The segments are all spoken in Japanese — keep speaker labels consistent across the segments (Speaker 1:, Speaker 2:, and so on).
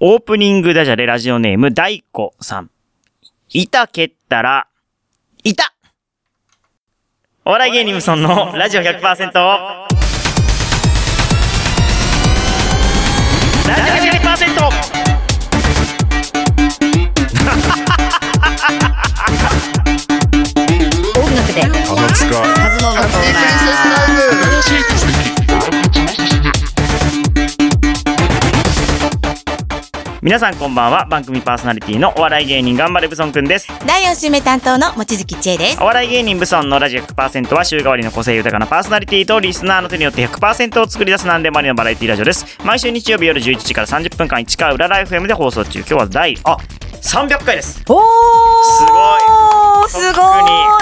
Speaker 1: オープニングダジャレラジオネーム大子さん。板蹴ったら、いたお笑い芸人無尊のラジオ100%ラジオ100%
Speaker 2: 音楽で
Speaker 3: 鼻つか
Speaker 2: カズノのコー
Speaker 1: 皆さんこんばんは。番組パーソナリティのお笑い芸人頑張れブソンくんです。
Speaker 2: ナー第4週目担当の望月千恵です
Speaker 1: お笑い芸人ブソンのラジオ100%は週替わりの個性豊かなパーソナリティとリスナーの手によって100%を作り出す何でもありのバラエティラジオです。毎週日曜日夜11時から30分間市川裏ライフ M で放送中。今日は第、あ、300回です。
Speaker 2: おー
Speaker 1: す
Speaker 2: すごい
Speaker 1: 特に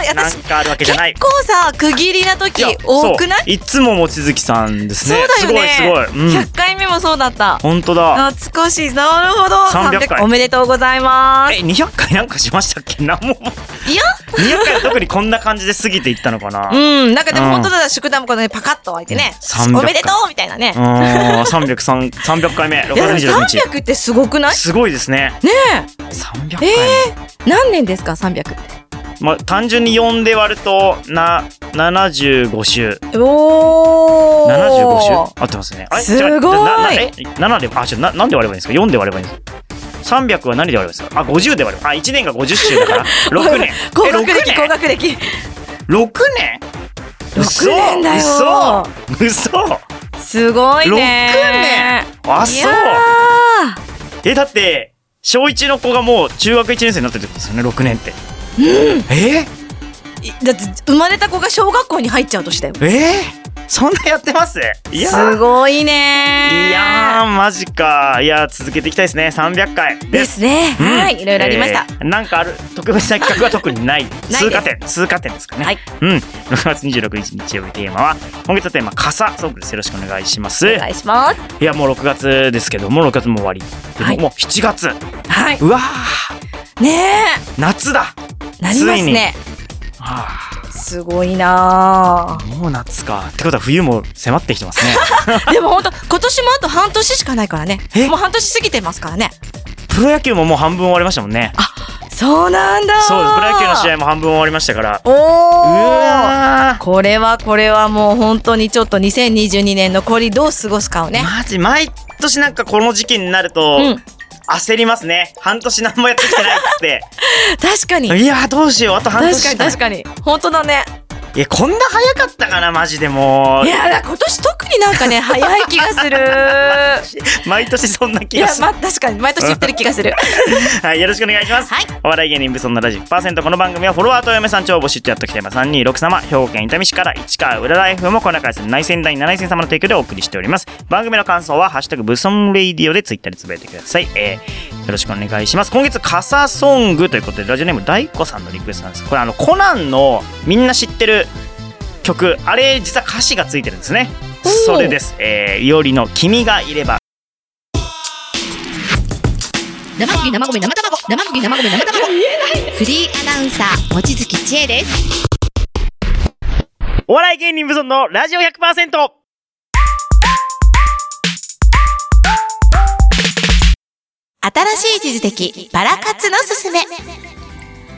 Speaker 2: 私
Speaker 1: なんかあるわけじゃない
Speaker 2: 結構さ区切りな時
Speaker 1: いや
Speaker 2: 多くない
Speaker 1: そういつも望月さんです
Speaker 2: そう
Speaker 1: ね。
Speaker 2: だよね
Speaker 1: すごいすごい。うん。
Speaker 2: 100回目もそうだった
Speaker 1: 本当だ。
Speaker 2: 懐かしいなるほど
Speaker 1: 300回
Speaker 2: おめでとうございま
Speaker 1: え、200回なんかしましたっけなんも。
Speaker 2: すいや
Speaker 1: 200回は特にこんな感じで過ぎていったのかな。う
Speaker 2: うんなんかで
Speaker 1: うん
Speaker 2: も本当だ宿題もこのねパカッと開いてね
Speaker 1: 300回
Speaker 2: おめでとうみたいなね
Speaker 1: ーん、303、300回目、6
Speaker 2: いや
Speaker 1: 月
Speaker 2: でも
Speaker 1: 26日。
Speaker 2: 300ってすごくない
Speaker 1: すごいですね。
Speaker 2: ね
Speaker 1: 300回
Speaker 2: え
Speaker 1: 目。
Speaker 2: えー何年ですか300って
Speaker 1: まあ、単純に4で割ると、な、75週。
Speaker 2: お
Speaker 1: 75週合ってますね。あれ
Speaker 2: すごい
Speaker 1: 違うななえ ?7 で、あ、ちょ、な、なんで割ればいいんですか ?4 で割ればいいんですか ?300 は何で割ればいいんですかあ、50で割れば。あ、1年が50週 だから。6年。
Speaker 2: 高
Speaker 1: え
Speaker 2: 学
Speaker 1: 六
Speaker 2: 歴
Speaker 1: 年
Speaker 2: 高学歴
Speaker 1: 六年嘘
Speaker 2: 六年だよ
Speaker 1: 嘘嘘
Speaker 2: すごいね
Speaker 1: あ
Speaker 2: い
Speaker 1: そ
Speaker 2: や
Speaker 1: うえだって小一の子がもう中学一年生になってるってことですよね六年ってえ
Speaker 2: ーいだって生まれた子が小学校に入っちゃう年だよ
Speaker 1: ええそんなやってますいや
Speaker 2: すごいね
Speaker 1: いやーマジかいやー続けていきたいですね300回
Speaker 2: で
Speaker 1: です
Speaker 2: すね、
Speaker 1: うん
Speaker 2: はいいろいろありました、、
Speaker 1: えーなんかある特別な企画は特に ない
Speaker 2: です
Speaker 1: 通過点通過点ですかね
Speaker 2: はい
Speaker 1: うん6月26日日曜日テーマは今月のテーマ傘そうですよろしくお願いします
Speaker 2: お願いします
Speaker 1: いやもう6月ですけどもう6月も終わりでも
Speaker 2: はい
Speaker 1: もう7月
Speaker 2: はいう
Speaker 1: わー
Speaker 2: ね
Speaker 1: 夏だ
Speaker 2: えなりますね
Speaker 1: あ
Speaker 2: すごいな
Speaker 1: ーもう夏かってことは冬も迫ってきて ますね
Speaker 2: あでも本当今年もあと半年しかないからね
Speaker 1: え
Speaker 2: もう半年過ぎてますからね
Speaker 1: プロ野球ももう半分終わりましたもんね
Speaker 2: そうなんだ
Speaker 1: そうですプロ野球の試合も半分終わりましたから
Speaker 2: お
Speaker 1: う
Speaker 2: お
Speaker 1: わー
Speaker 2: これはこれはもう本当にちょっと2022年残りどう過ごすかをね。
Speaker 1: マジ毎年なんかこの時期になると、
Speaker 2: うん、
Speaker 1: 焦りますね半年何もやってきてないっつって
Speaker 2: 確かに。
Speaker 1: いやーどうしようあと半年
Speaker 2: 確か
Speaker 1: し
Speaker 2: に
Speaker 1: かない
Speaker 2: 確かに。本当だね。
Speaker 1: いやこんな早かったかなマジでも
Speaker 2: いや、今年特になんかね、早い気がす る。
Speaker 1: う毎年そんない気
Speaker 2: や
Speaker 1: がし、ま
Speaker 2: まあ、確かに、毎年言ってる気がす る。
Speaker 1: はい、よろしくお願いします。
Speaker 2: はい
Speaker 1: お笑い芸人ブソンのラジパーセントこの番組はフォロワーとお嫁さん超募集とやっときてます。三二六様、兵庫県伊丹市から市川浦ライフもこんな回数内戦第七戦様の提供でお送りしております。番組の感想はハッシュタグブソンレイディオでツイッターでつぶやいてください。えー、よろしくお願いします。今月傘ソングということでラジオネーム大子さんのリクエストなんです。これあのコナンのみんな知ってる曲あれ実は歌詞がついてるんですね。
Speaker 2: おー
Speaker 1: それです。えー、いおりの君がいれば
Speaker 4: 生麦生米生卵生麦生米生卵フリーアナウンサー望月千恵です
Speaker 1: お笑い芸人無尊のラジオ100%
Speaker 2: 新しい地図的バラ活のすすめ。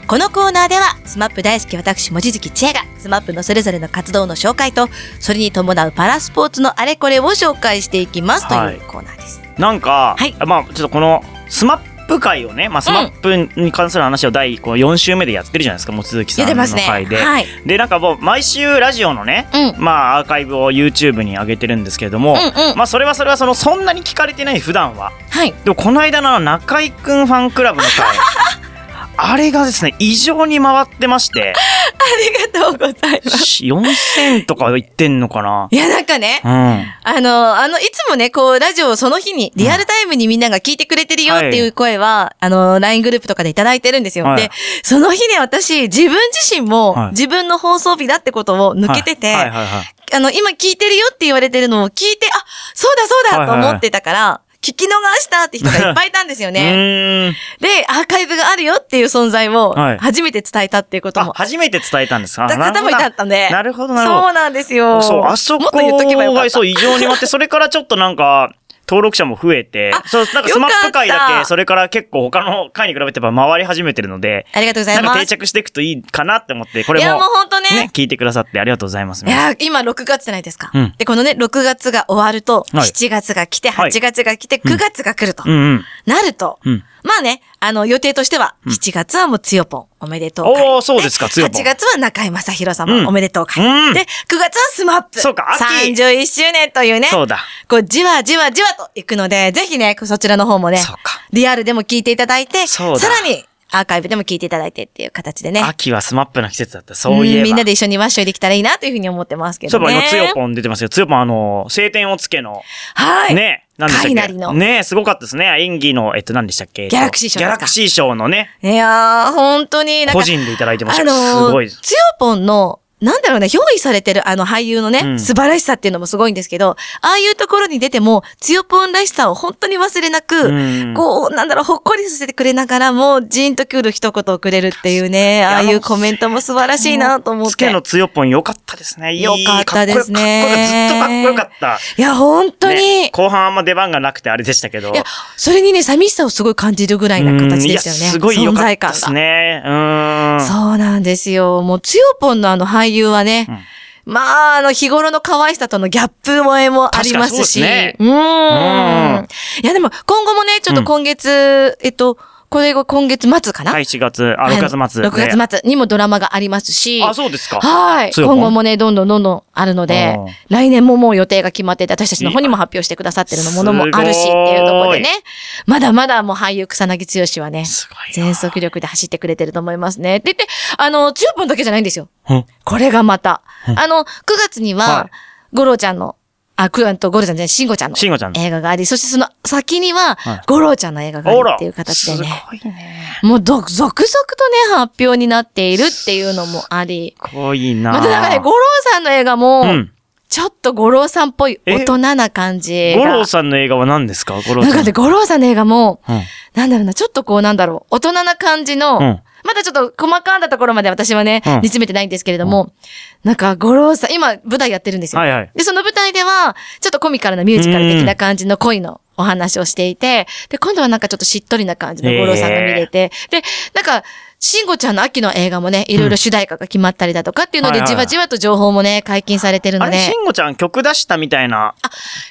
Speaker 2: このコーナーでは、スマップ大好き私、望月千恵が、スマップのそれぞれの活動の紹介と、それに伴うパラスポーツのあれこれを紹介していきますと
Speaker 1: はい
Speaker 2: いうコーナーです。
Speaker 1: なんか、
Speaker 2: はい
Speaker 1: まあちょっとこのスマップ界をね、まあ、スマップに関する話を第こう4週目でやってるじゃないですか望月さ
Speaker 2: 出
Speaker 1: んの
Speaker 2: てますね。
Speaker 1: 回で。
Speaker 2: はい。
Speaker 1: でなんかもう毎週ラジオのね、
Speaker 2: うん。
Speaker 1: まあ、アーカイブを YouTube に上げてるんですけれども、
Speaker 2: うんうん
Speaker 1: まあ、それはそれはそのそんなに聞かれてない普段は
Speaker 2: はい。
Speaker 1: でもこの間の中居くんファンクラブの回 あれがですね異常に回ってまして
Speaker 2: ありがとうございます。
Speaker 1: 4000とかいってんのかな。
Speaker 2: いや、なんかね
Speaker 1: う、ん
Speaker 2: あの、あの、いつもね、こう、ラジオをその日に、リアルタイムにみんなが聞いてくれてるよ
Speaker 1: は
Speaker 2: っ
Speaker 1: い
Speaker 2: ていう声は、あの、LINE グループとかでいただいてるんですよ。
Speaker 1: はい
Speaker 2: で、その日ね、私、自分自身も、
Speaker 1: はい
Speaker 2: 自分の放送日だってことを抜けて
Speaker 1: は
Speaker 2: て、
Speaker 1: いはいはいはい
Speaker 2: あの、今聞いてるよって言われてるのを聞いて、あ、そうだそうだと
Speaker 1: はいはい
Speaker 2: 思ってたから、聞き逃したって人がいっぱいいたんですよね。
Speaker 1: うーん
Speaker 2: で、アーカイブがあるよっていう存在を
Speaker 1: はい、
Speaker 2: 初めて伝えたっていうこと
Speaker 1: あ
Speaker 2: も、
Speaker 1: 初めて伝えたんですか
Speaker 2: だ方もいたんで。
Speaker 1: なるほどなるほど
Speaker 2: そうなんですよ。
Speaker 1: そう、あそこ
Speaker 2: もっと言っとけばよか
Speaker 1: が、
Speaker 2: った。
Speaker 1: そう、異常に待って、それからちょっとなんか、登録者も増えて、そう、なんかスマップ界
Speaker 2: よかっ
Speaker 1: だ
Speaker 2: た
Speaker 1: け、それから結構他の回に比べてやっぱ回り始めてるので、
Speaker 2: ありがとうござ
Speaker 1: ないんか
Speaker 2: ま
Speaker 1: 定
Speaker 2: す。
Speaker 1: 着していくといいかなって思って、こ
Speaker 2: い
Speaker 1: れ
Speaker 2: や、
Speaker 1: も
Speaker 2: もうほんとね。
Speaker 1: ね、聞いてくださってありがとうございます。
Speaker 2: いや、今6月じゃないですか。
Speaker 1: うん
Speaker 2: で、このね、6月が終わると、
Speaker 1: はい
Speaker 2: 7月が来て、
Speaker 1: はい
Speaker 2: 8月が来て、
Speaker 1: ん
Speaker 2: 9月が来ると。
Speaker 1: うんうん。
Speaker 2: なると、
Speaker 1: うん
Speaker 2: まあね、あの、予定としては、
Speaker 1: ん
Speaker 2: 7月はもう強ぽん、おめでとう会。
Speaker 1: おー、そうですか、強い
Speaker 2: 8月は中井正広様、
Speaker 1: うん
Speaker 2: おめでとう会。
Speaker 1: うん
Speaker 2: で、9月はスマップ。
Speaker 1: そうか秋
Speaker 2: 31周年というね。
Speaker 1: そうだ。
Speaker 2: こう、じわじわじわと行くので、ぜひね、そちらの方もね
Speaker 1: そうか、
Speaker 2: リアルでも聞いていただいて、さ
Speaker 1: そうだ
Speaker 2: らに、アーカイブでも聞いていただいてっていう形でね。
Speaker 1: 秋はスマップの季節だった。そういえ
Speaker 2: ん
Speaker 1: ば。
Speaker 2: みんなで一緒にワッショイできたらいいなというふうに思ってますけ
Speaker 1: そ
Speaker 2: ど
Speaker 1: ういえば
Speaker 2: ね。
Speaker 1: 今、つよぽん出てますよ。つよぽん、あの、晴天をつけの、
Speaker 2: はい。
Speaker 1: ね、何でしたっけ
Speaker 2: カイナリの
Speaker 1: ね、すごかったですね。演技の、えっと、何でしたっけ
Speaker 2: ギャラクシー賞ですか
Speaker 1: ギャラクシー賞のね、
Speaker 2: いやー、本当に、なんか、
Speaker 1: 個人でいただいてました。
Speaker 2: ー
Speaker 1: すごいです。
Speaker 2: つよぽんの、なんだろうね、憑依されてるあの俳優のね、
Speaker 1: うん
Speaker 2: 素晴らしさっていうのもすごいんですけど、ああいうところに出ても、つよぽんらしさを本当に忘れなく、
Speaker 1: うん
Speaker 2: こう、なんだろう、ほっこりさせてくれながらも、じんとくる一言をくれるっていうね、ああいうコメントも素晴らしいなと思っ
Speaker 1: つけ
Speaker 2: て。
Speaker 1: のつよぽん良かったですね。いい
Speaker 2: 良かったですね
Speaker 1: かっこよかったずっとかっこよかった。
Speaker 2: いや、本当に、
Speaker 1: ね後半あんま出番がなくてあれでしたけど。
Speaker 2: いや、それにね、寂しさをすごい感じるぐらいな形でしたよ
Speaker 1: うんい
Speaker 2: ね。
Speaker 1: やすごい良
Speaker 2: 存
Speaker 1: かっ
Speaker 2: 在
Speaker 1: た
Speaker 2: 感
Speaker 1: で
Speaker 2: が。
Speaker 1: すね。うーん。
Speaker 2: そうなんですよ。もう、つよぽんのあの俳優はね、まあ、あの、日頃の可愛さとのギャップ萌えもあり
Speaker 1: 確か
Speaker 2: ますし。
Speaker 1: にそうですね
Speaker 2: うー
Speaker 1: う
Speaker 2: ん
Speaker 1: ん
Speaker 2: いや、でも、今後もね、ちょっと今月、えっと、これが今月末かな、
Speaker 1: はい、4月、あ、
Speaker 2: はい
Speaker 1: 6月末。
Speaker 2: 6
Speaker 1: ね
Speaker 2: 月末にもドラマがありますし。
Speaker 1: あ、そうですか。
Speaker 2: はい。
Speaker 1: つよぽん
Speaker 2: 今後もね、どんどんどんどんあるので
Speaker 1: うん、
Speaker 2: 来年ももう予定が決まってて、私たちの方にも発表してくださってるのものもあるしっ
Speaker 1: す
Speaker 2: て
Speaker 1: ごい
Speaker 2: いうところでね、まだまだもう俳優草薙剛はね、
Speaker 1: すごいな
Speaker 2: 全速力で走ってくれてると思いますね。で、で、あの、10分だけじゃないんですよ。
Speaker 1: うん
Speaker 2: これがまた。あの、9月に
Speaker 1: は
Speaker 2: は、ゴロちゃんの、あ、く、あと、ゴロちゃんじゃない、シンゴちゃんの
Speaker 1: 慎吾ちゃんの
Speaker 2: 映画があり、そしてその先には
Speaker 1: はい、
Speaker 2: ゴロちゃんの映画があ
Speaker 1: あ
Speaker 2: る
Speaker 1: ら
Speaker 2: っていう形ですね、
Speaker 1: ごいね。
Speaker 2: もうど、続々とね、発表になっているっていうのもあり、
Speaker 1: すごいな。
Speaker 2: またなんかね、五郎さんの映画も、
Speaker 1: うん
Speaker 2: ちょっと五郎さんっぽい大人な感じが。
Speaker 1: 五郎さんの映画は何ですか五郎さ。
Speaker 2: なんんかね、五郎さんの映画も、
Speaker 1: うん
Speaker 2: なんだろうな、ちょっとこうなんだろう、大人な感じの、
Speaker 1: うん
Speaker 2: まだちょっと細かなところまで私はね、
Speaker 1: うん
Speaker 2: 煮詰めてないんですけれども、なんか五郎さん、今舞台やってるんですよ。
Speaker 1: はいはい
Speaker 2: で、その舞台では、ちょっとコミカルなミュージカル的な感じの恋のお話をしていて、で、今度はなんかちょっとしっとりな感じの五郎さんが見れて、で、なんか、慎吾ちゃんの秋の映画もね、いろいろ主題歌が決まったりだとかっていうの
Speaker 1: はい
Speaker 2: で、
Speaker 1: はい
Speaker 2: じ
Speaker 1: はい
Speaker 2: わじわと情報もね、解禁されてる
Speaker 1: あ
Speaker 2: の
Speaker 1: れ、
Speaker 2: で
Speaker 1: 慎、吾ちゃん曲出したみたいな。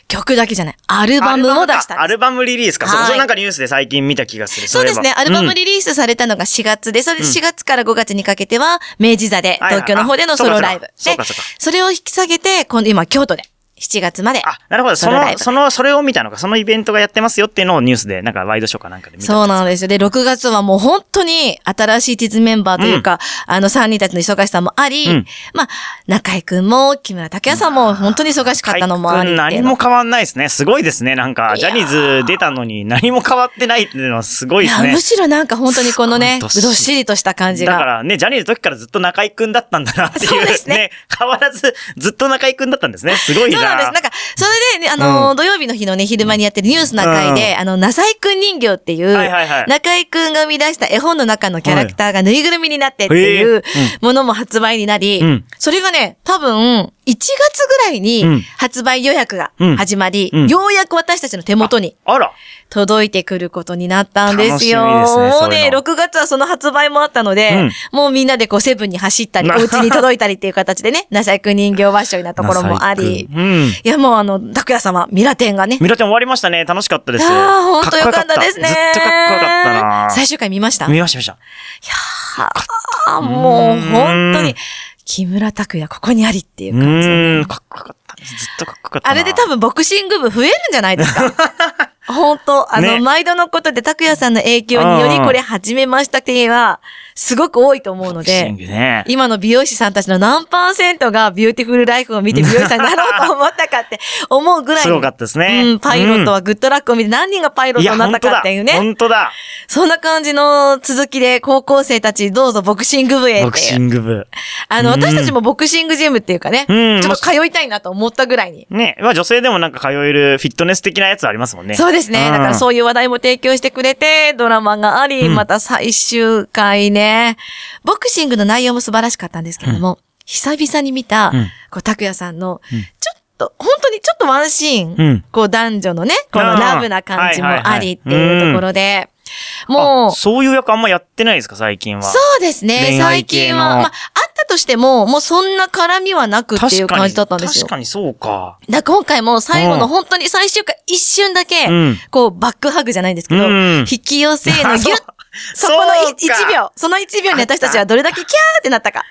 Speaker 2: 曲だけじゃない、アルバムも出したんです
Speaker 1: アルバムリリースか。そう
Speaker 2: はい
Speaker 1: それなんかニュースで最近見た気がする。
Speaker 2: そうですね。アルバム
Speaker 1: リ
Speaker 2: リリースされたのが4月で、それで
Speaker 1: うん
Speaker 2: 4月から5月にかけては、明治座
Speaker 1: はい
Speaker 2: で、
Speaker 1: はい
Speaker 2: 東京の方での
Speaker 1: あそ
Speaker 2: ソ
Speaker 1: うか
Speaker 2: ロライブ。
Speaker 1: そう
Speaker 2: で
Speaker 1: かそうかそうか、
Speaker 2: それを引き下げて、今度今、京都で、7月まで。
Speaker 1: あ、なるほど。そ
Speaker 2: ソロライ
Speaker 1: の、
Speaker 2: ブ
Speaker 1: その、それを見たのか。そのイベントがやってますよっていうのをニュースで、なんかワイドショーかなんかで見た。
Speaker 2: そうなんですよ。で、6月はもう本当に新しい地図メンバーというか、あの3人たちの忙しさもあり、
Speaker 1: うん
Speaker 2: まあ、中井くんも木村拓哉さんも本当に忙しかったのもありっていうの
Speaker 1: 何も変わんないですね。すごいですね。なんか、ジャニーズ出たのに何も変わってないっていうのはすごい
Speaker 2: い
Speaker 1: です
Speaker 2: や、
Speaker 1: ね
Speaker 2: む。しろなんか本当にこのね、
Speaker 1: どっ
Speaker 2: どっ
Speaker 1: しり
Speaker 2: しりとした感じ
Speaker 1: だか
Speaker 2: が。
Speaker 1: らね、ジャニーズの時からずっと中居くんだったんだなっていう。
Speaker 2: そうですね
Speaker 1: 変わらず、ずっと中居くんだったんですね。すごいな。
Speaker 2: そうなんです。なんか、それでね、あのー、土曜日の日のね、昼間にやってるニュースの会で、あの、中井くん人形っていう、
Speaker 1: はいはいはい
Speaker 2: 中井くんが生み出した絵本の中のキャラクターがぬいぐるみになってっていう
Speaker 1: へえ
Speaker 2: ものも発売になり、
Speaker 1: うん
Speaker 2: それがね、多分、1月ぐらい
Speaker 1: うん
Speaker 2: に発売予約が始まり、
Speaker 1: うんうん
Speaker 2: ようやく私たちの手元に
Speaker 1: あら。
Speaker 2: 届いてくることになったんですよ。
Speaker 1: 楽しみですね
Speaker 2: も
Speaker 1: そううい
Speaker 2: ね
Speaker 1: うの
Speaker 2: 6月はその発売もあったので、もうみんなでこうセブンに走ったり、お
Speaker 1: な
Speaker 2: 家に届いたりっていう形でね、中井くん人形ワッショイなところもあり
Speaker 1: 中居。くんうん
Speaker 2: いやもうあの、拓也様、ミラテンがね。
Speaker 1: ミラテン終わりましたね。楽しかったです。
Speaker 2: いやー、ほんとよか
Speaker 1: こ
Speaker 2: ったですね。
Speaker 1: ずっとかっこよかったな。
Speaker 2: 最終回見ました
Speaker 1: 見ました、見ました。
Speaker 2: あ、もう本当に、木村拓也ここにありっていう
Speaker 1: う
Speaker 2: 感じ。
Speaker 1: ーん、かっこよかったです。ずっとかっこよかったな。
Speaker 2: あれで多分ボクシング部増えるんじゃないで すか。本当あの、
Speaker 1: ね
Speaker 2: 毎度のことで拓也さんの影響によ
Speaker 1: う
Speaker 2: り
Speaker 1: んうん
Speaker 2: これ始めました系は、すごく多いと思うの
Speaker 1: ボクシン
Speaker 2: で、
Speaker 1: グね。
Speaker 2: 今の美容師さんたちの何パーセントがビューティフルライフを見て美容師さんになろうと思ったかって思うぐらい。
Speaker 1: すごかったですね
Speaker 2: うん、パイロットはグッドラックを見て何人がパイロットになったかっていうね。
Speaker 1: 本当だ。
Speaker 2: そんな感じの続きで、高校生たちどうぞボクシング部へ
Speaker 1: ボ
Speaker 2: っ
Speaker 1: ク
Speaker 2: て
Speaker 1: シ
Speaker 2: いう。
Speaker 1: ング部。
Speaker 2: あの、私たちもボクシングジムっていうかね、
Speaker 1: うん
Speaker 2: ちょっと通いたいなと思ったぐらいに。
Speaker 1: ね、まあ女性でもなんか通えるフィットネス的なやつありますもんね。
Speaker 2: そうですね。だからそうういう話題も提供してくれて、ドラマがあり、
Speaker 1: うん
Speaker 2: また最終回ね。ボクシングの内容も素晴らしかったんですけれども、久々に見た
Speaker 1: うん、
Speaker 2: こう、拓也さんの、ちょっと、本当にちょっとワンシーン、
Speaker 1: うん。
Speaker 2: こう男女のね、このラブな感じもありっていうところで、も
Speaker 1: あ
Speaker 2: う、
Speaker 1: そういう役あんまやってないですか、最近は。
Speaker 2: そうですね、
Speaker 1: 恋愛
Speaker 2: 最
Speaker 1: 系
Speaker 2: 近
Speaker 1: の
Speaker 2: は。まあ、あったとしても、もうそんな絡みはなくっていう感じだったんですよ
Speaker 1: 確。かにそうか。
Speaker 2: だから今回も最後
Speaker 1: う
Speaker 2: の
Speaker 1: ん
Speaker 2: 本当に最終回一瞬だけ、
Speaker 1: うん。
Speaker 2: こうバックハグじゃないんですけど、
Speaker 1: うん
Speaker 2: 引き寄せの
Speaker 1: あ
Speaker 2: ギ
Speaker 1: そう
Speaker 2: ュッ、そこの
Speaker 1: そうか
Speaker 2: 1秒、その1秒に私たちはどれだけキャーってなったか。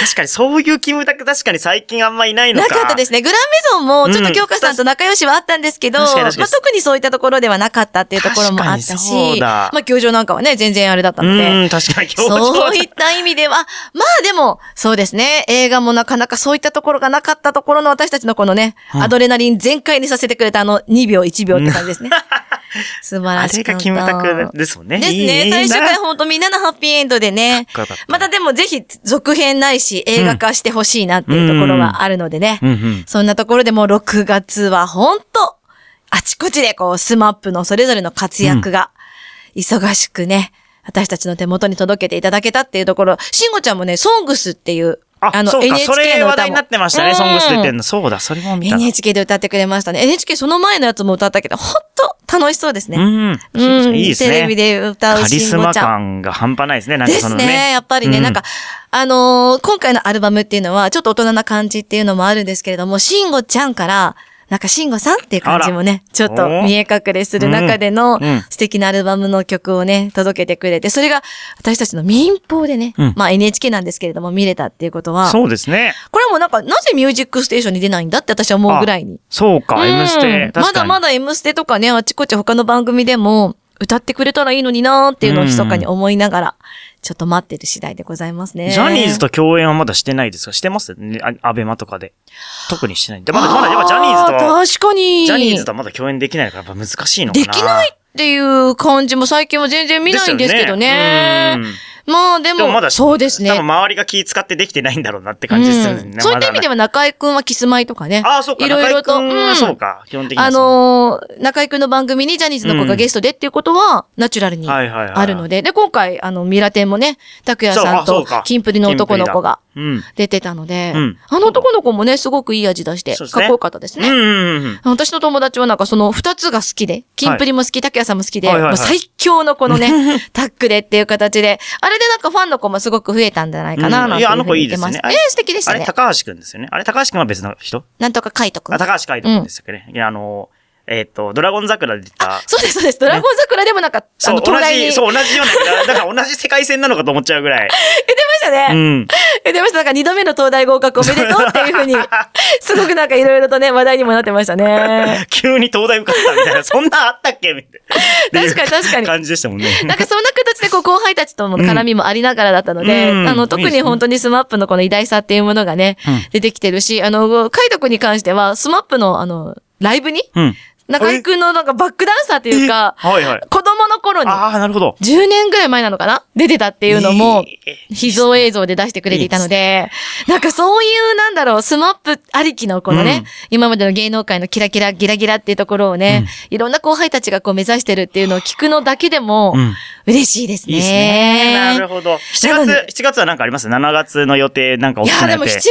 Speaker 1: 確かに、そういうキムタク確かに最近あんまいないの
Speaker 2: な
Speaker 1: か。。
Speaker 2: かったですすね。グランメゾンもちょっと京香さんと仲良しはあったんですけど、
Speaker 1: うん確かに確か
Speaker 2: まあ
Speaker 1: に
Speaker 2: 特にそういったところではなかったっていうところもあっ
Speaker 1: 確
Speaker 2: た
Speaker 1: かにそう
Speaker 2: し、
Speaker 1: だ
Speaker 2: まあ教場なんかはね、全然あれだったので、
Speaker 1: うん、確かに。
Speaker 2: そういった意味では、まあでも、そうですね。映画もなかなかそういったところがなかったところの私たちのこのね、
Speaker 1: うん
Speaker 2: アドレナリン全開にさせてくれたあの2秒、1秒って感じで すね。素晴
Speaker 1: あ
Speaker 2: らし
Speaker 1: れ
Speaker 2: か
Speaker 1: が
Speaker 2: った。
Speaker 1: キムタクですもんね。
Speaker 2: です
Speaker 1: いい
Speaker 2: ね。最終
Speaker 1: いい
Speaker 2: 回
Speaker 1: な
Speaker 2: ほんとみんなのハッピーエンドでね。
Speaker 1: かっこよかった
Speaker 2: またでもぜひ続編ないし映画化してほしいなっていうところはあるのでね。
Speaker 1: うんうん。
Speaker 2: そんなところでもう6月はほんと、あちこちでこう、スマップのそれぞれの活躍が、忙しくね、私たちの手元に届けていただけたっていうところ、しんごちゃんもね、ソングスっていう、
Speaker 1: あ、そうか、それ話題になってましたね、ソングス出てん
Speaker 2: の。
Speaker 1: の。そうだ、それも見たな。
Speaker 2: NHK で歌ってくれましたね。NHK その前のやつも歌ったけど、ほんと楽しそうですね。
Speaker 1: うん。いいですね。
Speaker 2: テレビで歌う
Speaker 1: カ
Speaker 2: し
Speaker 1: リ
Speaker 2: ん
Speaker 1: ス
Speaker 2: ご
Speaker 1: マ
Speaker 2: ちゃん。
Speaker 1: 感が半端ないですね、なんか
Speaker 2: で
Speaker 1: そ
Speaker 2: す
Speaker 1: の
Speaker 2: ね。
Speaker 1: ね。
Speaker 2: やっぱりね、
Speaker 1: うん
Speaker 2: なんか、あのー今回のアルバムっていうのは、ちょっと大人な感じっていうのもあるんですけれども、シンゴちゃんから、なんか、シンゴさんっていう感じもね、ちょっと
Speaker 1: お
Speaker 2: 見え隠れする中での
Speaker 1: うんうん
Speaker 2: 素敵なアルバムの曲をね、届けてくれて、それが私たちの民放でね、
Speaker 1: うん
Speaker 2: まあ NHK なんですけれども見れたっていうことは、
Speaker 1: そうですね。
Speaker 2: これはもうなんか、なぜミュージックステーションに出ないんだって私は思うぐらいに。
Speaker 1: そうか、
Speaker 2: うん
Speaker 1: M ステ。
Speaker 2: ま
Speaker 1: 確か
Speaker 2: だ
Speaker 1: に。
Speaker 2: まだ M ステとかね、あちこち他の番組でも歌ってくれたらいいのになーっていうのを密かに思いながら、ちょっと待ってる次第でございますね。
Speaker 1: ジャニーズと共演はまだしてないですかしてますね。あアベマとかで。特にしてない。で、まだ、まだ、やっぱジャニーズと
Speaker 2: あー確かに。
Speaker 1: ジャニーズとはまだ共演できないから、やっぱ難しいのかな。
Speaker 2: できないっていう感じも最近は全然見ないんですけどね。
Speaker 1: ですよね
Speaker 2: まあで
Speaker 1: うん
Speaker 2: も、
Speaker 1: でもまだ、
Speaker 2: そうですね。
Speaker 1: 多分周りが気使ってできてないんだろうなって感じする
Speaker 2: うん
Speaker 1: ね。
Speaker 2: そういった意味で
Speaker 1: は。
Speaker 2: は中井くんはキスマイとかね。
Speaker 1: ああ、そうか。
Speaker 2: いろいろと
Speaker 1: 中居君は
Speaker 2: うん
Speaker 1: そうか。基本的には
Speaker 2: あ
Speaker 1: そう。
Speaker 2: のー中井くんの番組にジャニーズの子がゲストでっていうことは、ナチュラルに
Speaker 1: はいはいはい。
Speaker 2: あるので、で、今回、あの、ミラテンもね、拓也さん
Speaker 1: そうあそ
Speaker 2: と
Speaker 1: うか、
Speaker 2: キンプリの男の子が
Speaker 1: うん。
Speaker 2: 出てたので、
Speaker 1: うん
Speaker 2: あの男の子もね、すごくいい味出して、
Speaker 1: そうです
Speaker 2: か
Speaker 1: ね
Speaker 2: っこよかったです
Speaker 1: うん
Speaker 2: ね。
Speaker 1: うんうん。
Speaker 2: 私の友達はなんかその二つが好きで、キンプリも好き、拓也さんも好きで、
Speaker 1: はいはいはい
Speaker 2: もう最強のこ のね、タッグでっていう形で、あれでなんかファンの子もすごく増えたんじゃないかな、
Speaker 1: うん
Speaker 2: なん
Speaker 1: い
Speaker 2: てい
Speaker 1: や
Speaker 2: うふうに言って
Speaker 1: あの子
Speaker 2: ま
Speaker 1: いいですね
Speaker 2: す。え
Speaker 1: あ
Speaker 2: ー
Speaker 1: れ
Speaker 2: 素敵でし
Speaker 1: あ
Speaker 2: た
Speaker 1: れ、
Speaker 2: ね。
Speaker 1: 高橋くんですよね。あれ、高橋くんは別の人
Speaker 2: なんとか海斗くん
Speaker 1: あ、。高橋海斗ですよね。いや、あの、えっと、ドラゴン桜で出た。
Speaker 2: そうです、そうです。ドラゴン桜でもなんか、あ
Speaker 1: そ
Speaker 2: の、
Speaker 1: う、同
Speaker 2: 東大に
Speaker 1: じ、
Speaker 2: 出ま
Speaker 1: そう、同じような、だから同じ世界線なのかと思っちゃうぐ らい。
Speaker 2: したね。
Speaker 1: うん。
Speaker 2: え、出ました。なんか二度目の東大合格おめでとうっていう ふうに、すごくなんかいろいろとね、話題にもなってましたね。
Speaker 1: 急に東大受かったみたいな、そんなあったっけみたいな。
Speaker 2: 確かに 確かに
Speaker 1: 感じでしたもんね。
Speaker 2: なんかそんな形でこう後輩たちとも絡みもありながらだったので、
Speaker 1: うん
Speaker 2: あ
Speaker 1: う
Speaker 2: の
Speaker 1: ん
Speaker 2: 特に本当にスマップのこの偉大さっていうものがね、
Speaker 1: うん
Speaker 2: 出てきてるし、あの、海斗くんに関してはスマップのあの、ライブに、
Speaker 1: うん。
Speaker 2: 中居くんのなんかバックダンサーっていうか、
Speaker 1: えはいはい。
Speaker 2: 子供の頃に、
Speaker 1: ああ、なるほど。
Speaker 2: 10年ぐらい前なのかな出てたっていうのも、
Speaker 1: えー
Speaker 2: 秘蔵映像で出してくれていたので、なんかそういう、なんだろう、スマップありきのこの
Speaker 1: う
Speaker 2: ね、
Speaker 1: ん
Speaker 2: 今までの芸能界のキラキラ、ギラギラっていうところをね、いろんな後輩たちがこう目指してるっていうのを聞くのだけでも
Speaker 1: うん、
Speaker 2: 嬉しいですね。
Speaker 1: いいですね。なるほど。
Speaker 2: な
Speaker 1: 7
Speaker 2: ので
Speaker 1: 月、7月はなんかあります ?7 月の予定、なんか大
Speaker 2: い
Speaker 1: き
Speaker 2: や、
Speaker 1: な
Speaker 2: で
Speaker 1: 予
Speaker 2: も7
Speaker 1: 定。
Speaker 2: 月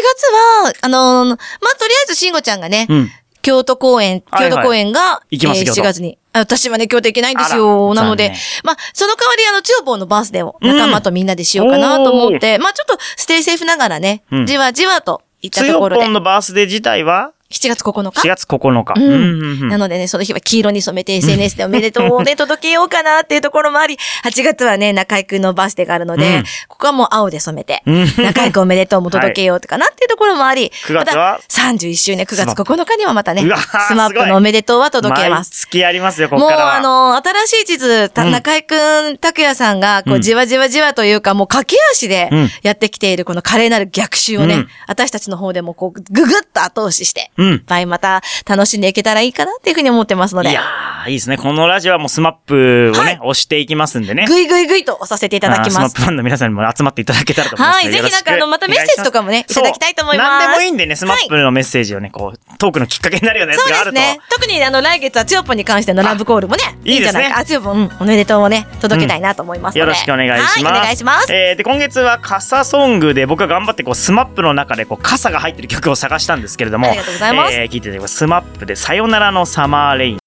Speaker 2: は、あの、まあ、とりあえず、慎吾ちゃんがね、
Speaker 1: うん。
Speaker 2: 京都公演、
Speaker 1: はいは
Speaker 2: 京
Speaker 1: い
Speaker 2: 都公演が、
Speaker 1: 行きます
Speaker 2: えー
Speaker 1: 京都
Speaker 2: 7月に。あ私はね、京都行けないんです
Speaker 1: あ
Speaker 2: よ。
Speaker 1: ら
Speaker 2: なので
Speaker 1: 残念、
Speaker 2: まあ、その代わり、あの、つよぼうのバースデーを仲間とみんなでしようかなと思って、まあ、ちょっとステイセーフながらね、
Speaker 1: うん
Speaker 2: じわじわと行った
Speaker 1: つ
Speaker 2: と
Speaker 1: よ
Speaker 2: ころで、
Speaker 1: ぽん
Speaker 2: 7
Speaker 1: のバースデー自体は
Speaker 2: 月9
Speaker 1: 4
Speaker 2: 日。
Speaker 1: 月9日。
Speaker 2: うん
Speaker 1: うんうん
Speaker 2: なのでね、その日は黄色に染めて SNS でおめでとうをね、届けようかなっていうところもあり、8月はね、中井くんのバースデーがあるので、
Speaker 1: うん
Speaker 2: ここはもう青で染めて、
Speaker 1: うん
Speaker 2: 中井くんおめでとうも届けようとかなっていうところも あり、
Speaker 1: 9月は
Speaker 2: また31周年、9月9日にはまた ね、
Speaker 1: うわー
Speaker 2: スマッ
Speaker 1: すご
Speaker 2: プ
Speaker 1: い
Speaker 2: のおめでとうは届けます。
Speaker 1: 毎月やりますよ、こ
Speaker 2: も
Speaker 1: こ
Speaker 2: う
Speaker 1: からは。
Speaker 2: あの、新しい地図、た
Speaker 1: うん
Speaker 2: 中井くん、拓也さんが、こ
Speaker 1: う
Speaker 2: う、
Speaker 1: ん
Speaker 2: じわじわじわというか、もう駆け足で
Speaker 1: うん
Speaker 2: やってきている、この華麗なる逆襲をね、
Speaker 1: うん
Speaker 2: 私たちの方でも、こう、ぐぐっと後押しして、
Speaker 1: うん
Speaker 2: いっぱいまた楽しんでいけたらいいかなっていうふうに思ってますの
Speaker 1: い
Speaker 2: で
Speaker 1: や、ー、いいですね。このラジオはもうスマップをね、
Speaker 2: はい
Speaker 1: 押していきますんでね。
Speaker 2: ぐいぐいぐいと押させていただき
Speaker 1: あースマ
Speaker 2: ま
Speaker 1: ッ
Speaker 2: す
Speaker 1: プ。ファンの皆さんにも集まっていただけたらと思います
Speaker 2: は
Speaker 1: ので
Speaker 2: い、ぜ
Speaker 1: よろ
Speaker 2: ひ
Speaker 1: し
Speaker 2: なん
Speaker 1: くお
Speaker 2: かあ
Speaker 1: 願いします。
Speaker 2: の、またメッセージとかもね、いただきたいと思います。
Speaker 1: そう何でもいいんでね、スマップのメッセージをね、こう、トークのきっかけになるようなやつ
Speaker 2: そう
Speaker 1: があ
Speaker 2: で
Speaker 1: る
Speaker 2: す
Speaker 1: と。
Speaker 2: ね。特にあの、来月はつよぽんに関してのラブコールもね、い
Speaker 1: い
Speaker 2: い
Speaker 1: いで
Speaker 2: んじゃ
Speaker 1: すね
Speaker 2: ないか。あ、つよぽん、うんおめでとうをね、届けたいなと思いますので。
Speaker 1: よろしくお願いします。
Speaker 2: はい、お願いします。
Speaker 1: えーで、今月は傘ソングで僕が頑張ってこう、スマップの中でこう、傘が入ってる曲を探したんですけれども、
Speaker 2: ありがとうございざいます。
Speaker 1: えー、聞いていただきます。スマップでさよならのサマーレイン。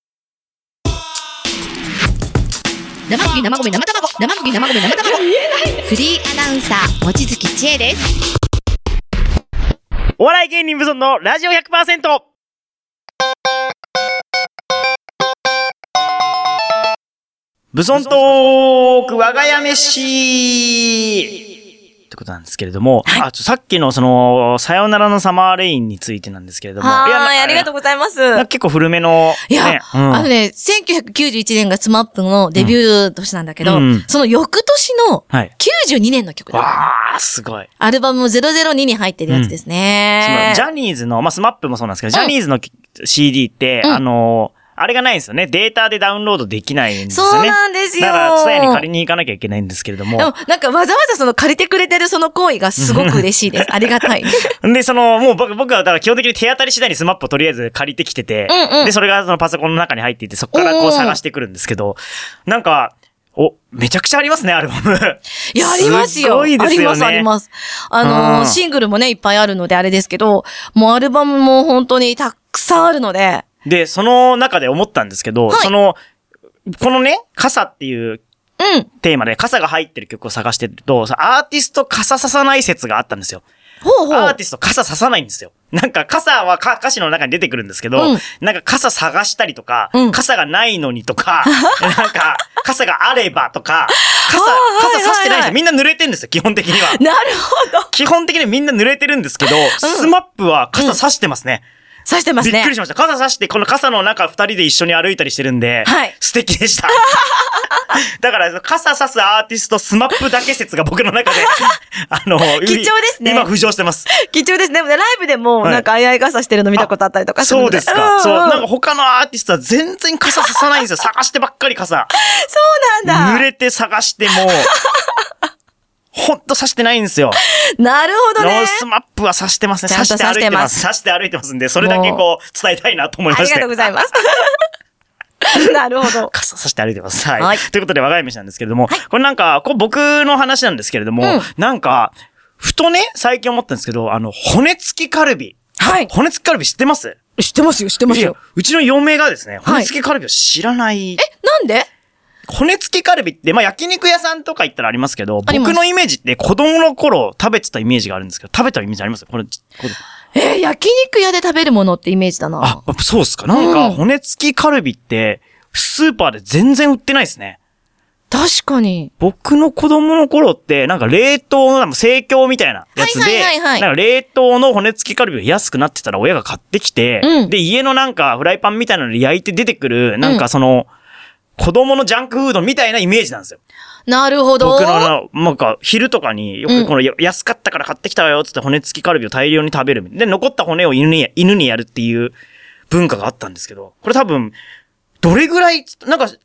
Speaker 4: 生麦生米生卵生麦生米生卵フリーアナウンサー望月千恵です
Speaker 1: お笑い芸人無存のラジオ 100%! 無尊トーク我が家飯ってことなんですけれども、あちょさっきのその、さよならのサマーレインについてなんですけれども、
Speaker 2: はい
Speaker 1: やな
Speaker 2: ーい、ありがとうございます。
Speaker 1: なんか結構古めの、
Speaker 2: いや、
Speaker 1: ねうん
Speaker 2: あのね、1991年がスマップのデビュー年なんだけど、
Speaker 1: うん
Speaker 2: その翌年の
Speaker 1: はい。
Speaker 2: 92年の曲だ。
Speaker 1: わー、すごい。
Speaker 2: アルバム002に入ってるやつです
Speaker 1: そ
Speaker 2: ね
Speaker 1: の。ジャニーズの、まあ、スマップもそうなんですけど、ジ
Speaker 2: うん
Speaker 1: ャニーズの CD って、
Speaker 2: うん
Speaker 1: あのー、あれがないんですよね。データでダウンロードできないんです
Speaker 2: そ
Speaker 1: よね。
Speaker 2: うなんですよ。
Speaker 1: だから、ツタヤに借りに行かなきゃいけないんですけれども
Speaker 2: で。も、なんかわざわざその借りてくれてるその行為がすごく嬉しい です。ありがたい。
Speaker 1: で、その、もう僕僕は、だから基本的に手当たり次第にスマップをとりあえず借りてきてて、
Speaker 2: うんうん
Speaker 1: で、それがそのパソコンの中に入っていて、そこからこう
Speaker 2: おー
Speaker 1: 探してくるんですけど、なんか、お、めちゃくちゃありますね、アルバム。
Speaker 2: いや、ありますよ。
Speaker 1: すごいですよね
Speaker 2: あります、あります。あのー
Speaker 1: うん
Speaker 2: シングルもね、いっぱいあるのであれですけど、もうアルバムも本当にたくさんあるので、
Speaker 1: で、その中で思ったんですけど、
Speaker 2: はい
Speaker 1: その、このね、傘っていう
Speaker 2: うん。
Speaker 1: テーマで傘が入ってる曲を探してると、そのアーティスト傘ささない説があったんですよ。
Speaker 2: ほうほ
Speaker 1: アー
Speaker 2: う
Speaker 1: テ。ィスト傘ささないんですよ。なんか傘はか歌詞の中に出てくるんですけど、
Speaker 2: うん
Speaker 1: なんか傘探したりとか、
Speaker 2: うん
Speaker 1: 傘がないのにと か、なんか傘があればとか、傘
Speaker 2: あ、ーはい
Speaker 1: 傘さしてないんです
Speaker 2: はいはい
Speaker 1: よ。みんな濡れてるんですよ、基本的には。
Speaker 2: なるほど。
Speaker 1: 基本的にみんな濡れてるんですけど、スマップは傘さしてますね。
Speaker 2: 刺してます
Speaker 1: びっ
Speaker 2: ね
Speaker 1: くり。しました。傘さして、この傘の中二人で一緒に歩いたりしてるんで、
Speaker 2: はい
Speaker 1: 素敵で した。だから、傘さすアーティスト、スマップだけ説が僕の 中で、あの、
Speaker 2: 貴重ですね
Speaker 1: 今浮上してます。
Speaker 2: 貴重ですね。でもねライブでも、
Speaker 1: はい
Speaker 2: なんか、あいあい傘してるの見たことあったりとかする
Speaker 1: そう
Speaker 2: の
Speaker 1: ですか。そう。なんか他のアーティストは全然傘ささないんですよ。探してばっかり傘。
Speaker 2: そうなん
Speaker 1: 濡
Speaker 2: だ。
Speaker 1: れて探しても、ほんとさしてないんですよ。
Speaker 2: なるほど
Speaker 1: ノ
Speaker 2: ね
Speaker 1: ー。スマップはさしてますね。
Speaker 2: ちゃん
Speaker 1: さし
Speaker 2: と
Speaker 1: て歩いてます。さして歩いてますんで、それだけこう、伝えたいなと思いま
Speaker 2: あ
Speaker 1: して。
Speaker 2: りがとうございます。 なるほど。
Speaker 1: 傘さして歩いてください。
Speaker 2: はい
Speaker 1: ということで、我が家飯なんですけれども、これなんか、こう僕の話なんですけれども、
Speaker 2: うん
Speaker 1: なんか、ふとね、最近思ったんですけど、あの、骨付きカルビ。
Speaker 2: はい。
Speaker 1: 骨付きカルビ知ってます
Speaker 2: 知ってますよ、知ってま
Speaker 1: い
Speaker 2: す
Speaker 1: や
Speaker 2: よ。、
Speaker 1: うちの嫁がですね、
Speaker 2: い
Speaker 1: 骨付きカルビを知らない。
Speaker 2: なんで
Speaker 1: 骨付きカルビって、まあ、焼肉屋さんとか行ったらありますけど、
Speaker 2: あります
Speaker 1: 僕のイメージって子供の頃食べてたイメージがあるんですけど、食べたイメージありますこれ、これ
Speaker 2: えー焼肉屋で食べるものってイメージだな
Speaker 1: あ。、そうっすか。なん
Speaker 2: う
Speaker 1: か、
Speaker 2: ん
Speaker 1: 骨付きカルビって、スーパーで全然売ってないですね。
Speaker 2: 確かに。
Speaker 1: 僕の子供の頃って、なんか冷凍の、なんか生協みたいなやつで、
Speaker 2: はいはいはいはい
Speaker 1: なんか冷凍の骨付きカルビが安くなってたら親が買ってきて、
Speaker 2: うん
Speaker 1: で、家のなんかフライパンみたいなので焼いて出てくる、なんかその、子供のジャンクフードみたいなイメージなんですよ。
Speaker 2: なるほど。
Speaker 1: 僕のな、なんか、昼とかによくこの、や安かったから買ってきたわよっつって骨付きカルビを大量に食べるみたいな。で、残った骨を犬にや、犬にやるっていう文化があったんですけど、これ多分、どれぐらい、なんか、調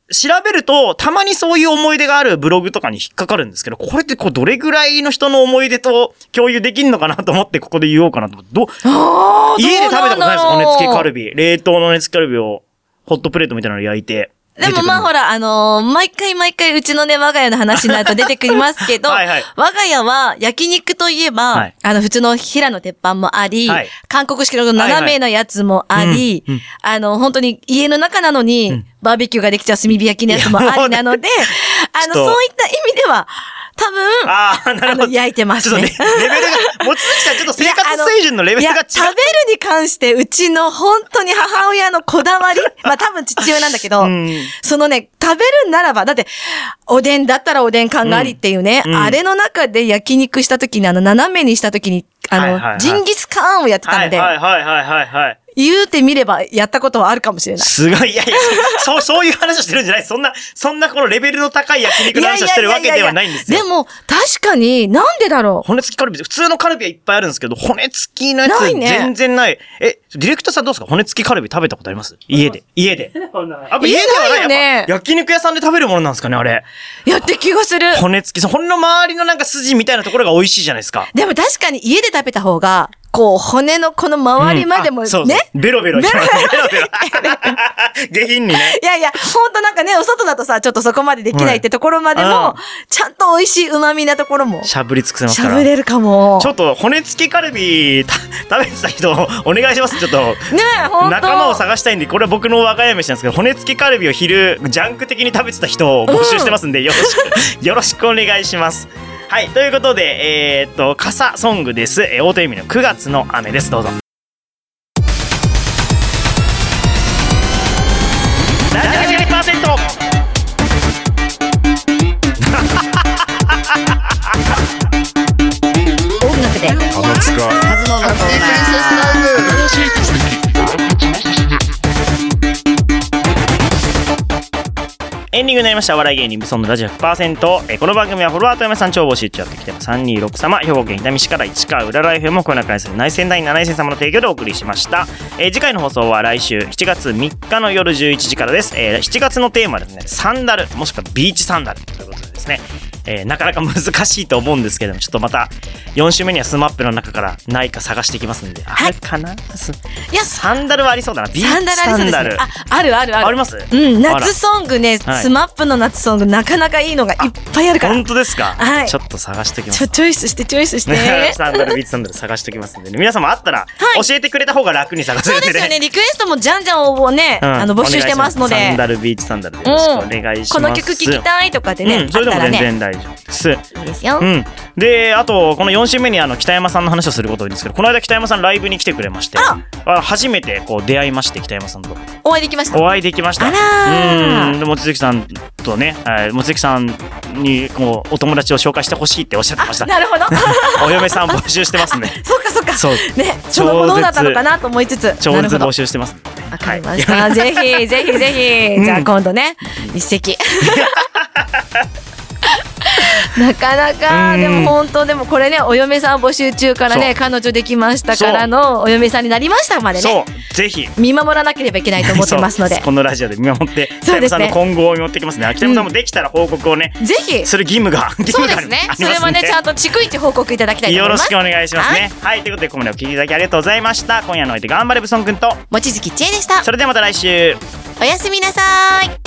Speaker 1: べると、たまにそういう思い出があるブログとかに引っかかるんですけど、これってこう、どれぐらいの人の思い出と共有できるのかなと思って、ここで言おうかなと思って。ど、
Speaker 2: あー
Speaker 1: 家で食べたことないです、骨付きカル
Speaker 2: ビ。
Speaker 1: ビ。冷凍の骨付きカルビを、ホットプレートみたいなの焼いて。
Speaker 2: でもまあほ
Speaker 1: ら。
Speaker 2: ら、あのー毎回毎回うちのね、我が家の話になると出てきますけ ど、
Speaker 1: はいはい
Speaker 2: 我が家は焼肉といえば、
Speaker 1: はい
Speaker 2: あの、普通の平の鉄板もあり、
Speaker 1: はい
Speaker 2: 韓国式の斜めのやつもあ
Speaker 1: は
Speaker 2: り、
Speaker 1: いはいうんうん
Speaker 2: あの、本当に家の中なのに、
Speaker 1: ん
Speaker 2: バーベキューができちゃう炭火焼きのやつもありな ので、あの、
Speaker 1: ちょっと
Speaker 2: そういった意味では、多分、
Speaker 1: ああ、なる
Speaker 2: あ
Speaker 1: ほど
Speaker 2: の、。焼いてます
Speaker 1: ちょっと
Speaker 2: ね
Speaker 1: ね、。レベルが、望月さん、ちょっと生
Speaker 2: いやあ
Speaker 1: 活
Speaker 2: の
Speaker 1: 水準のレベルが違
Speaker 2: いや食べるに関して、うちの本当に母親のこだわり、まあ多分父親なんだけど、
Speaker 1: うん
Speaker 2: そのね、食べるならば、だって、おでんだったらおでん感がありっていうね、
Speaker 1: うんうん
Speaker 2: あれの中で焼肉した時に、あの、斜めにした時に、あの、
Speaker 1: はいはいはい
Speaker 2: ジンギスカーンをやってたので、
Speaker 1: はいはいはいはいはい。
Speaker 2: 言うてみればやったことはあるかもしれない。
Speaker 1: すごい、いやいや、そう、そういう話をしてるんじゃないそんな、そんなこのレベルの高い焼肉の話をしてるわけではないんですよ。
Speaker 2: でも、確かに、なんでだろう。
Speaker 1: 骨付きカルビ、普通のカルビはいっぱいあるんですけど、骨付きのやつ
Speaker 2: ないね
Speaker 1: 全然ない。え、ディレクターさんどうですか骨付きカルビ食べたことあります家で。家で。やっぱ家ではない
Speaker 2: 家ないよね
Speaker 1: やっぱ焼肉屋さんで食べるものなんですかね、あれ。
Speaker 2: やって気がする。
Speaker 1: 骨付き、そほんの周りのなんか筋みたいなところが美味しいじゃないですか。
Speaker 2: でも確かに家で食べた方が、こう、骨のこの周りまでも、
Speaker 1: うんあそう
Speaker 2: ね。
Speaker 1: そうベロベロ言ってますベロベロ。 下品にね。
Speaker 2: いやいや、ほんとなんかね、お外だとさ、ちょっとそこまでできないってところまでも、
Speaker 1: はいうん
Speaker 2: ちゃんと美味しい旨味なところも、
Speaker 1: しゃぶり尽くせます
Speaker 2: し
Speaker 1: か
Speaker 2: ゃ
Speaker 1: ら。
Speaker 2: ぶれるかも。
Speaker 1: ちょっと骨付きカルビた食べてた人お願いしますちょっと
Speaker 2: ねえ、ほんと。
Speaker 1: 仲間を探したいんでこれは僕の若い飯なんですけど骨付きカルビを昼ジャンク的に食べてた人を募集してますんで、よろしく よろしくお願いしますはいということでえーっと傘ソングです、えー、大手意味の9月の雨ですどうぞラジオ100%
Speaker 3: 楽しか
Speaker 4: 音楽でカズノのコーナ
Speaker 1: エンディングになりました。お笑い芸人、ブソンのラジオ100%。えーこの番組はフォロワーと山さん超募集中やってきてます。326様、兵庫県伊丹市から市川浦ライフもこの中にする内戦第7戦様の提供でお送りしました。えー次回の放送は来週7月3日の夜11時からです。えー7月のテーマはですね、サンダル、もしくはビーチサンダルということでですね、えーなかなか難しいと思うんですけども、ちょっとまた4週目にはスマップの中からないか探していきますんで、あれかな、す
Speaker 2: いや、
Speaker 1: サンダルはありそうだな。ビーチ
Speaker 2: サンダルありそうですね。あ、あるあるある。
Speaker 1: あります
Speaker 2: うん、
Speaker 1: あら
Speaker 2: 夏ソングね、
Speaker 1: はい
Speaker 2: スマップの夏ソングなかなかいいのがいっぱいあるから。
Speaker 1: 本当ですか、
Speaker 2: はい
Speaker 1: ちょっと探しておきます
Speaker 2: ちょ、チョイスして、チョイスして。
Speaker 1: サンダルビーチサンダル探しておきますんでね皆様あったら教えてくれた方が楽に探せ
Speaker 2: そ
Speaker 1: る
Speaker 2: うん
Speaker 1: で
Speaker 2: で
Speaker 1: ね
Speaker 2: すよね、リクエストもじゃんじゃん応募ね、
Speaker 1: うん
Speaker 2: あの募集してますので。
Speaker 1: お願いしサンダルビーチサンダルで
Speaker 2: うん
Speaker 1: よろしくお願いします、
Speaker 2: この曲聴きたいとかでね、
Speaker 1: うん、それで
Speaker 2: あっ
Speaker 1: も
Speaker 2: たら
Speaker 1: 全然
Speaker 2: ね。
Speaker 1: 大丈夫です、
Speaker 4: ーですよ
Speaker 1: う。ん、であとこの4週目にあの北山さんの話をすること多いんですけどこの間北山さんライブに来てくれまして
Speaker 2: あ
Speaker 1: あ初めてこう出会いまして北山さんと
Speaker 2: お会いできました。
Speaker 1: お会いできました
Speaker 2: あらー
Speaker 1: うんで望月さんとねはい望月さんにこうお友達を紹介してほしいっておっしゃってました
Speaker 2: なるほど。
Speaker 1: お嫁さん募集してますね
Speaker 2: そうかそうか。
Speaker 1: そう
Speaker 2: ね、その後どうだったのかなと思いつつ。
Speaker 1: 超
Speaker 2: なる
Speaker 1: 絶
Speaker 2: ほど
Speaker 1: 募集してますんでね
Speaker 2: わかりま
Speaker 1: はい
Speaker 2: した。 ぜひ、ぜひ、ぜ
Speaker 1: うん
Speaker 2: ひ。じゃあ今度ね、一席。 なかなか、
Speaker 1: うん
Speaker 2: でも本当、でもこれね、お嫁さん募集中からね、彼女できましたからの、お嫁さんになりましたまでね、
Speaker 1: そう、ぜひ。
Speaker 2: 見守らなければいけないと思ってますの
Speaker 1: そ
Speaker 2: で
Speaker 1: う、このラジオで見守って、北
Speaker 2: そうですね
Speaker 1: 山さんの今後を見守ってきますね。北山さんもできたら報告をね、
Speaker 2: ぜひ、
Speaker 1: する義務が、義
Speaker 2: そ
Speaker 1: 務
Speaker 2: うで
Speaker 1: があ
Speaker 2: す
Speaker 1: り
Speaker 2: ね
Speaker 1: あ、り
Speaker 2: そ
Speaker 1: ます
Speaker 2: れもね、ちゃんと逐一報告いただきたいと
Speaker 1: よろ
Speaker 2: 思いま
Speaker 1: し
Speaker 2: す
Speaker 1: くお。願いしますね。はい、ということで、ここまでお聞きいただきありがとうございました。今夜のお相手、頑張れブソン君と、
Speaker 4: 望月千恵でした。
Speaker 1: それではまた来週。
Speaker 4: おやすみなさーい。